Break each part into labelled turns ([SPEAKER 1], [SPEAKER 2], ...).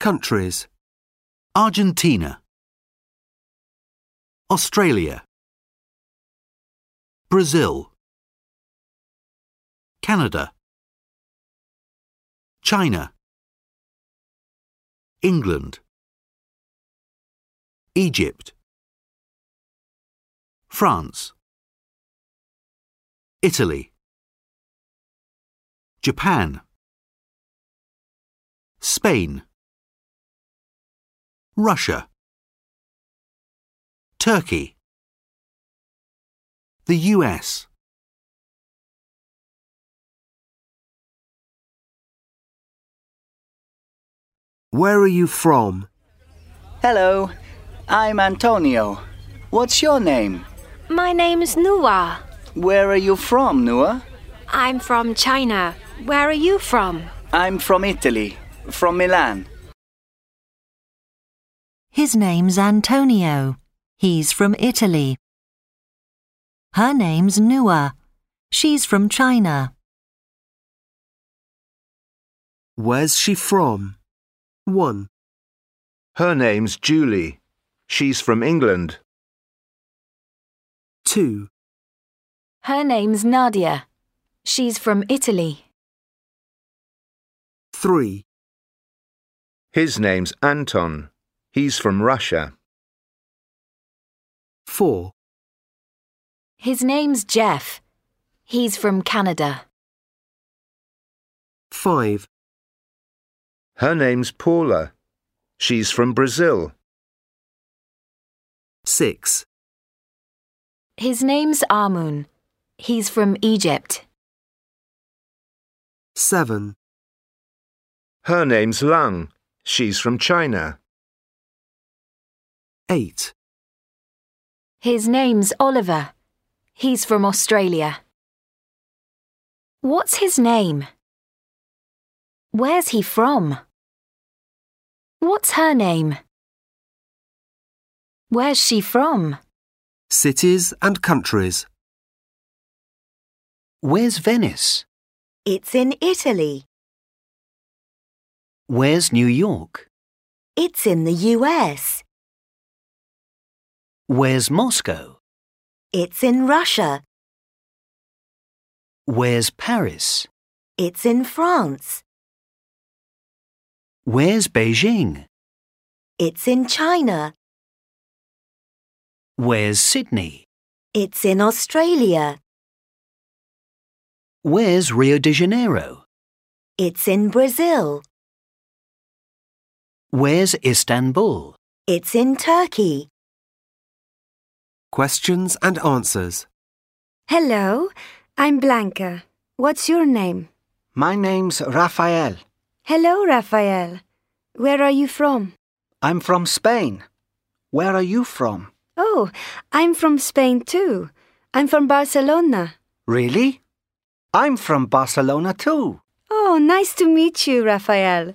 [SPEAKER 1] Countries.
[SPEAKER 2] Argentina, Australia, Brazil, Canada, China, England, Egypt, France, Italy, Japan, Spain. Russia, Turkey, the US.
[SPEAKER 1] Where are you from?
[SPEAKER 3] Hello, I'm Antonio. What's your name?
[SPEAKER 4] My name is Nua.
[SPEAKER 3] Where are you from, Nua?
[SPEAKER 4] I'm from China. Where are you from?
[SPEAKER 3] I'm from Italy, from Milan.
[SPEAKER 5] His name's Antonio. He's from Italy. Her name's Nua. She's from China.
[SPEAKER 1] Where's she from? 1.
[SPEAKER 6] Her name's Julie. She's from England.
[SPEAKER 1] 2.
[SPEAKER 7] Her name's Nadia. She's from Italy.
[SPEAKER 1] 3.
[SPEAKER 6] His name's Anton. He's from Russia.
[SPEAKER 1] 4.
[SPEAKER 7] His name's Jeff. He's from Canada.
[SPEAKER 1] 5.
[SPEAKER 6] Her name's Paula. She's from Brazil.
[SPEAKER 1] 6.
[SPEAKER 7] His name's Amun. He's from Egypt.
[SPEAKER 1] 7.
[SPEAKER 6] Her name's Lang. She's from China.
[SPEAKER 1] 8.
[SPEAKER 7] His name's Oliver. He's from Australia. What's his name? Where's he from? What's her name? Where's she from?
[SPEAKER 1] Cities and countries.
[SPEAKER 2] Where's Venice?
[SPEAKER 8] It's in Italy.
[SPEAKER 2] Where's New York?
[SPEAKER 8] It's in the US.
[SPEAKER 2] Where's Moscow?
[SPEAKER 8] It's in Russia.
[SPEAKER 2] Where's Paris?
[SPEAKER 8] It's in France.
[SPEAKER 2] Where's Beijing?
[SPEAKER 8] It's in China.
[SPEAKER 2] Where's Sydney?
[SPEAKER 8] It's in Australia.
[SPEAKER 2] Where's Rio de Janeiro?
[SPEAKER 8] It's in Brazil.
[SPEAKER 2] Where's Istanbul?
[SPEAKER 8] It's in Turkey.
[SPEAKER 1] Questions and answers.
[SPEAKER 4] Hello, I'm Blanca. What's your name?
[SPEAKER 9] My name's Rafael.
[SPEAKER 4] Hello, Rafael. Where are you from?
[SPEAKER 9] I'm from Spain. Where are you from?
[SPEAKER 4] Oh, I'm from Spain too. I'm from Barcelona.
[SPEAKER 9] Really? I'm from Barcelona too.
[SPEAKER 4] Oh, nice to meet you, Rafael.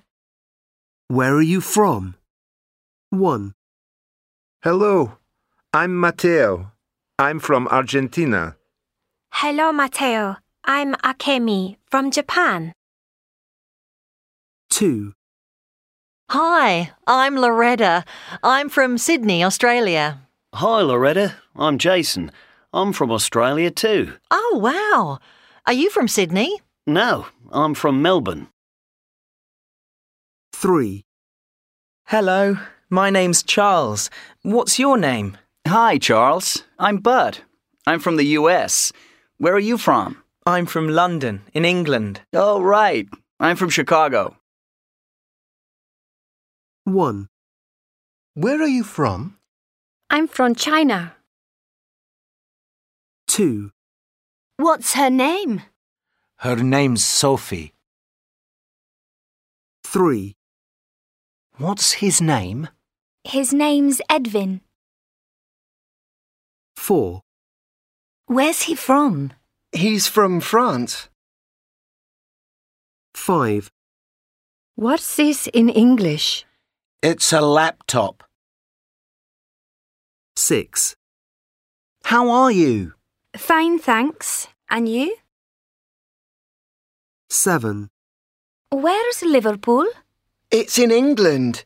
[SPEAKER 1] Where are you from? 1.
[SPEAKER 6] Hello. I'm Mateo. I'm from Argentina.
[SPEAKER 4] Hello, Mateo. I'm Akemi from Japan.
[SPEAKER 1] 2.
[SPEAKER 10] Hi, I'm Loretta. I'm from Sydney, Australia.
[SPEAKER 11] Hi, Loretta. I'm Jason. I'm from Australia too.
[SPEAKER 10] Oh, wow. Are you from Sydney?
[SPEAKER 11] No, I'm from Melbourne.
[SPEAKER 1] 3.
[SPEAKER 12] Hello, my name's Charles. What's your name?
[SPEAKER 3] Hi, Charles. I'm Bud. I'm from the US. Where are you from?
[SPEAKER 12] I'm from London, in England.
[SPEAKER 3] Oh, right. I'm from Chicago.
[SPEAKER 1] 1.
[SPEAKER 2] Where are you from?
[SPEAKER 4] I'm from China.
[SPEAKER 1] 2.
[SPEAKER 7] What's her name?
[SPEAKER 9] Her name's Sophie.
[SPEAKER 1] 3.
[SPEAKER 9] What's his name?
[SPEAKER 7] His name's Edvin.
[SPEAKER 1] 4.
[SPEAKER 8] Where's he from?
[SPEAKER 9] He's from France.
[SPEAKER 1] 5.
[SPEAKER 4] What's this in English?
[SPEAKER 9] It's a laptop.
[SPEAKER 1] 6.
[SPEAKER 9] How are you?
[SPEAKER 4] Fine, thanks. And you?
[SPEAKER 1] 7.
[SPEAKER 7] Where's Liverpool?
[SPEAKER 6] It's in England.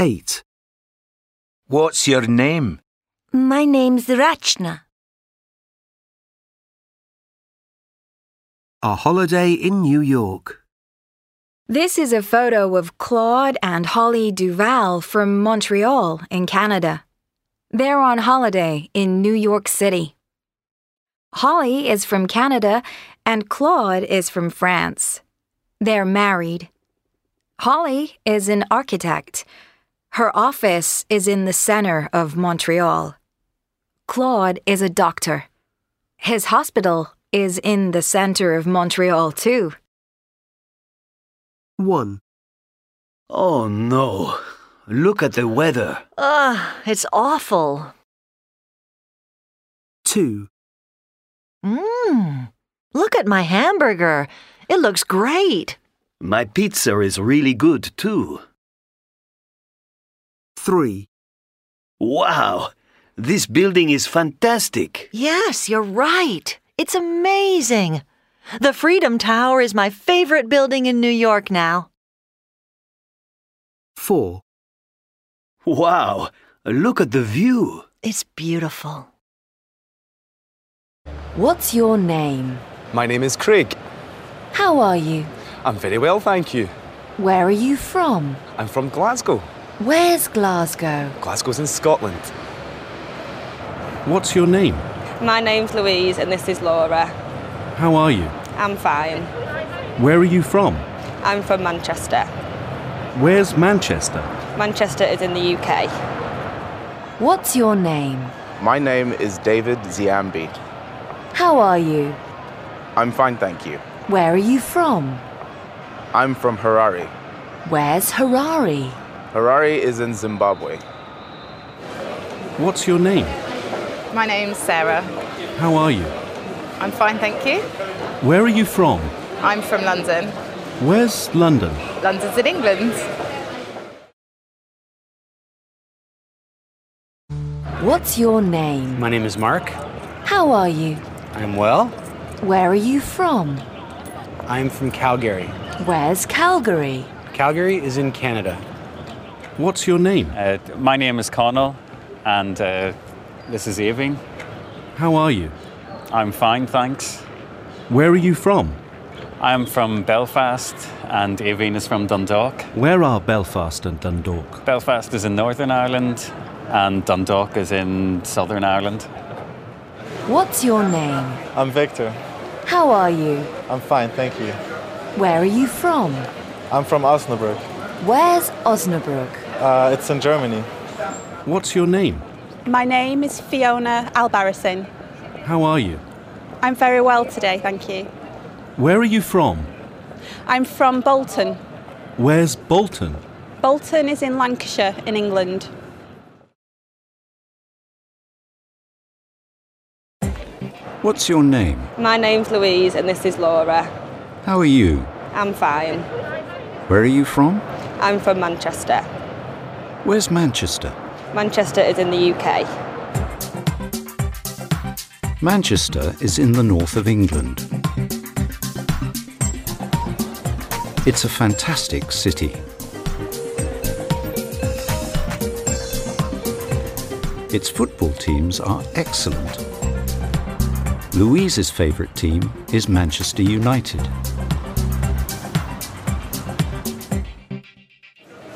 [SPEAKER 13] 8.
[SPEAKER 14] What's your name?
[SPEAKER 8] My name's Rachna.
[SPEAKER 13] A holiday in New York.
[SPEAKER 15] This is a photo of Claude and Holly Duval from Montreal in Canada. They're on holiday in New York City. Holly is from Canada and Claude is from France. They're married. Holly is an architect. Her office is in the center of Montreal. Claude is a doctor. His hospital is in the center of Montreal, too.
[SPEAKER 13] 1.
[SPEAKER 11] Oh no. Look at the weather.
[SPEAKER 7] Ugh, it's awful.
[SPEAKER 13] 2.
[SPEAKER 7] Mmm. Look at my hamburger. It looks great.
[SPEAKER 11] My pizza is really good too.
[SPEAKER 13] 3.
[SPEAKER 11] Wow. This building is fantastic.
[SPEAKER 7] Yes, you're right. It's amazing. The Freedom Tower is my favorite building in New York now.
[SPEAKER 13] 4.
[SPEAKER 11] Wow. Look at the view.
[SPEAKER 7] It's beautiful.
[SPEAKER 16] What's your name?
[SPEAKER 17] My name is Craig.
[SPEAKER 16] How are you?
[SPEAKER 17] I'm very well, thank you.
[SPEAKER 16] Where are you from?
[SPEAKER 17] I'm from Glasgow.
[SPEAKER 16] Where's Glasgow?
[SPEAKER 17] Glasgow's in Scotland.
[SPEAKER 1] What's your name?
[SPEAKER 18] My name's Louise and this is Laura.
[SPEAKER 1] How are you?
[SPEAKER 18] I'm fine.
[SPEAKER 1] Where are you from?
[SPEAKER 18] I'm from Manchester.
[SPEAKER 1] Where's Manchester?
[SPEAKER 18] Manchester is in the UK.
[SPEAKER 16] What's your name?
[SPEAKER 19] My name is David Ziambi.
[SPEAKER 16] How are you?
[SPEAKER 19] I'm fine, thank you.
[SPEAKER 16] Where are you from?
[SPEAKER 19] I'm from Harare.
[SPEAKER 16] Where's Harare?
[SPEAKER 19] Harare is in Zimbabwe.
[SPEAKER 1] What's your name?
[SPEAKER 20] My name's Sarah.
[SPEAKER 1] How are you?
[SPEAKER 20] I'm fine, thank you.
[SPEAKER 1] Where are you from?
[SPEAKER 20] I'm from London.
[SPEAKER 1] Where's London?
[SPEAKER 20] London's in England.
[SPEAKER 16] What's your name?
[SPEAKER 21] My name is Mark.
[SPEAKER 16] How are you?
[SPEAKER 21] I'm well.
[SPEAKER 16] Where are you from?
[SPEAKER 21] I'm from Calgary.
[SPEAKER 16] Where's Calgary?
[SPEAKER 21] Calgary is in Canada.
[SPEAKER 1] What's your name?
[SPEAKER 22] Uh, my name is Connell, and uh, this is Aving.
[SPEAKER 1] How are you?
[SPEAKER 22] I'm fine, thanks.
[SPEAKER 1] Where are you from?
[SPEAKER 22] I'm from Belfast, and Avine is from Dundalk.
[SPEAKER 1] Where are Belfast and Dundalk?
[SPEAKER 22] Belfast is in Northern Ireland, and Dundalk is in Southern Ireland.
[SPEAKER 16] What's your name?
[SPEAKER 23] I'm Victor.
[SPEAKER 16] How are you?
[SPEAKER 23] I'm fine, thank you.
[SPEAKER 16] Where are you from?
[SPEAKER 23] I'm from Osnabrück.
[SPEAKER 16] Where's Osnabrück?
[SPEAKER 23] Uh, it's in Germany.
[SPEAKER 1] What's your name?
[SPEAKER 24] My name is Fiona Albarracin.
[SPEAKER 1] How are you?
[SPEAKER 24] I'm very well today, thank you.
[SPEAKER 1] Where are you from?
[SPEAKER 24] I'm from Bolton.
[SPEAKER 1] Where's Bolton?
[SPEAKER 24] Bolton is in Lancashire, in England.
[SPEAKER 1] What's your name?
[SPEAKER 18] My name's Louise and this is Laura.
[SPEAKER 1] How are you?
[SPEAKER 18] I'm fine.
[SPEAKER 1] Where are you from?
[SPEAKER 18] I'm from Manchester.
[SPEAKER 1] Where's Manchester?
[SPEAKER 18] Manchester is in the UK.
[SPEAKER 1] Manchester is in the north of England. It's a fantastic city. Its football teams are excellent. Louise's favourite team is Manchester United.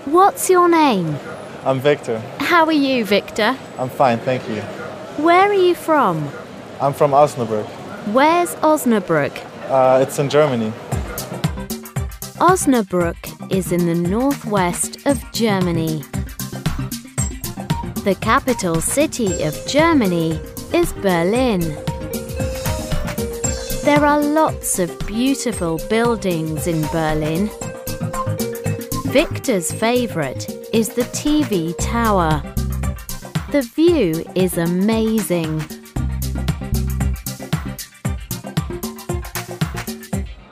[SPEAKER 4] What's your name?
[SPEAKER 23] I'm Victor.
[SPEAKER 4] How are you, Victor?
[SPEAKER 23] I'm fine, thank you.
[SPEAKER 4] Where are you from?
[SPEAKER 23] I'm from Osnabrück.
[SPEAKER 4] Where's Osnabrück?
[SPEAKER 23] Uh, it's in Germany.
[SPEAKER 4] Osnabrück is in the northwest of Germany. The capital city of Germany is Berlin. There are lots of beautiful buildings in Berlin. Victor's favourite is the TV tower. The view is amazing.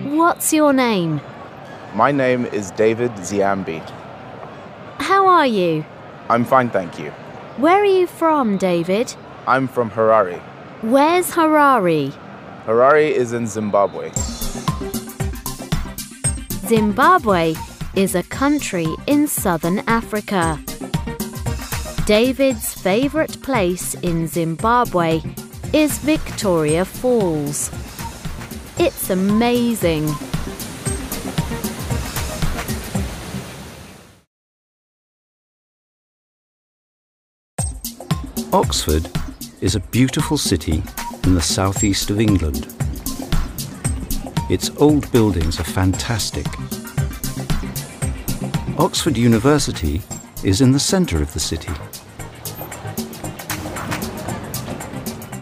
[SPEAKER 4] What's your name?
[SPEAKER 19] My name is David Ziambi.
[SPEAKER 4] How are you?
[SPEAKER 19] I'm fine, thank you.
[SPEAKER 4] Where are you from, David?
[SPEAKER 19] I'm from Harare.
[SPEAKER 4] Where's Harare?
[SPEAKER 19] Harare is in Zimbabwe.
[SPEAKER 25] Zimbabwe is a country in southern Africa. David's favourite place in Zimbabwe is Victoria Falls. It's amazing.
[SPEAKER 1] Oxford is a beautiful city in the southeast of England. Its old buildings are fantastic. Oxford University is in the centre of the city.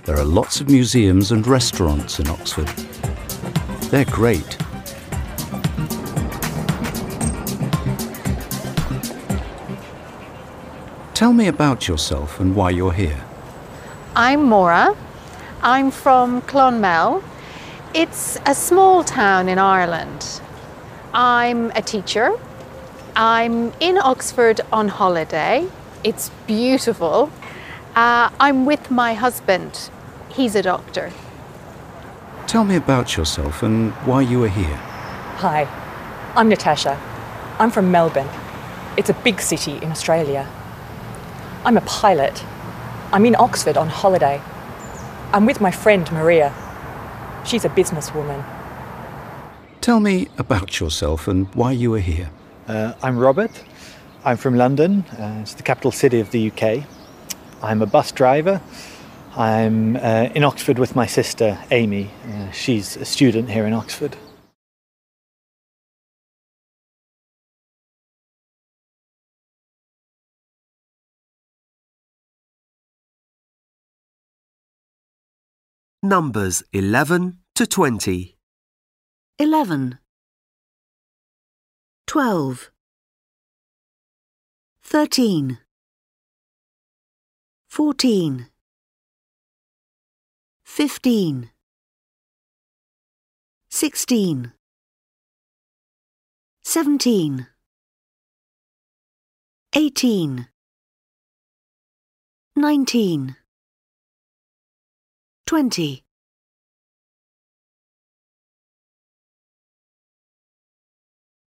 [SPEAKER 1] There are lots of museums and restaurants in Oxford. They're great. Tell me about yourself and why you're here.
[SPEAKER 4] I'm Maura. I'm from Clonmel. It's a small town in Ireland. I'm a teacher. I'm in Oxford on holiday. It's beautiful. Uh, I'm with my husband. He's a doctor.
[SPEAKER 1] Tell me about yourself and why you are here.
[SPEAKER 7] Hi, I'm Natasha. I'm from Melbourne. It's a big city in Australia. I'm a pilot. I'm in Oxford on holiday. I'm with my friend Maria. She's a businesswoman.
[SPEAKER 1] Tell me about yourself and why you are here.
[SPEAKER 19] Uh, I'm Robert. I'm from London. Uh, it's the capital city of the UK. I'm a bus driver. I'm uh, in Oxford with my sister Amy. she's a student here in Oxford.
[SPEAKER 26] Numbers 11 to 20.
[SPEAKER 27] 11 12 13 14 15 16 17 18 19 20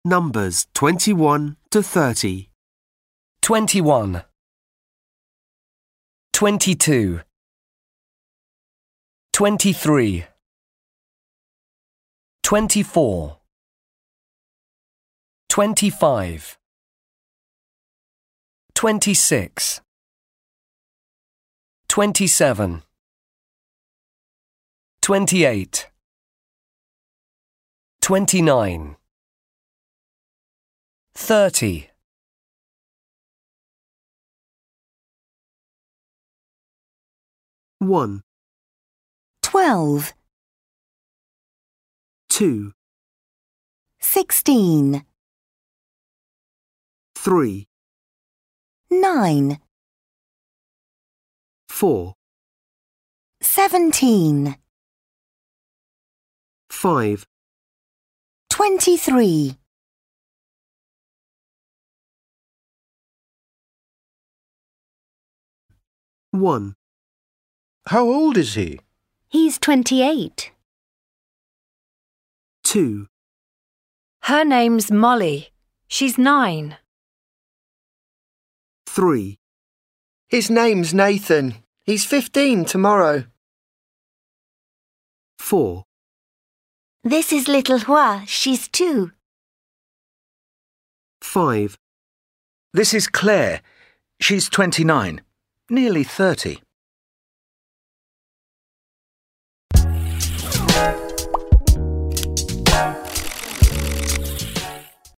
[SPEAKER 26] Numbers 21 to 30.
[SPEAKER 6] 21 22 23 24 25 26 27 28 29 30
[SPEAKER 26] 1,
[SPEAKER 4] 12,
[SPEAKER 26] 2,
[SPEAKER 4] 16,
[SPEAKER 26] 3,
[SPEAKER 4] 9,
[SPEAKER 26] 4,
[SPEAKER 4] 17,
[SPEAKER 26] 5,
[SPEAKER 4] 23,
[SPEAKER 26] 1,
[SPEAKER 11] How old is he?
[SPEAKER 28] He's 28.
[SPEAKER 26] 2,
[SPEAKER 28] Her name's Molly. She's nine.
[SPEAKER 26] 3,
[SPEAKER 11] His name's Nathan. He's 15 tomorrow.
[SPEAKER 26] 4,
[SPEAKER 29] This is little Hua. She's two.
[SPEAKER 26] 5,
[SPEAKER 30] This is Claire. She's 29, nearly 30.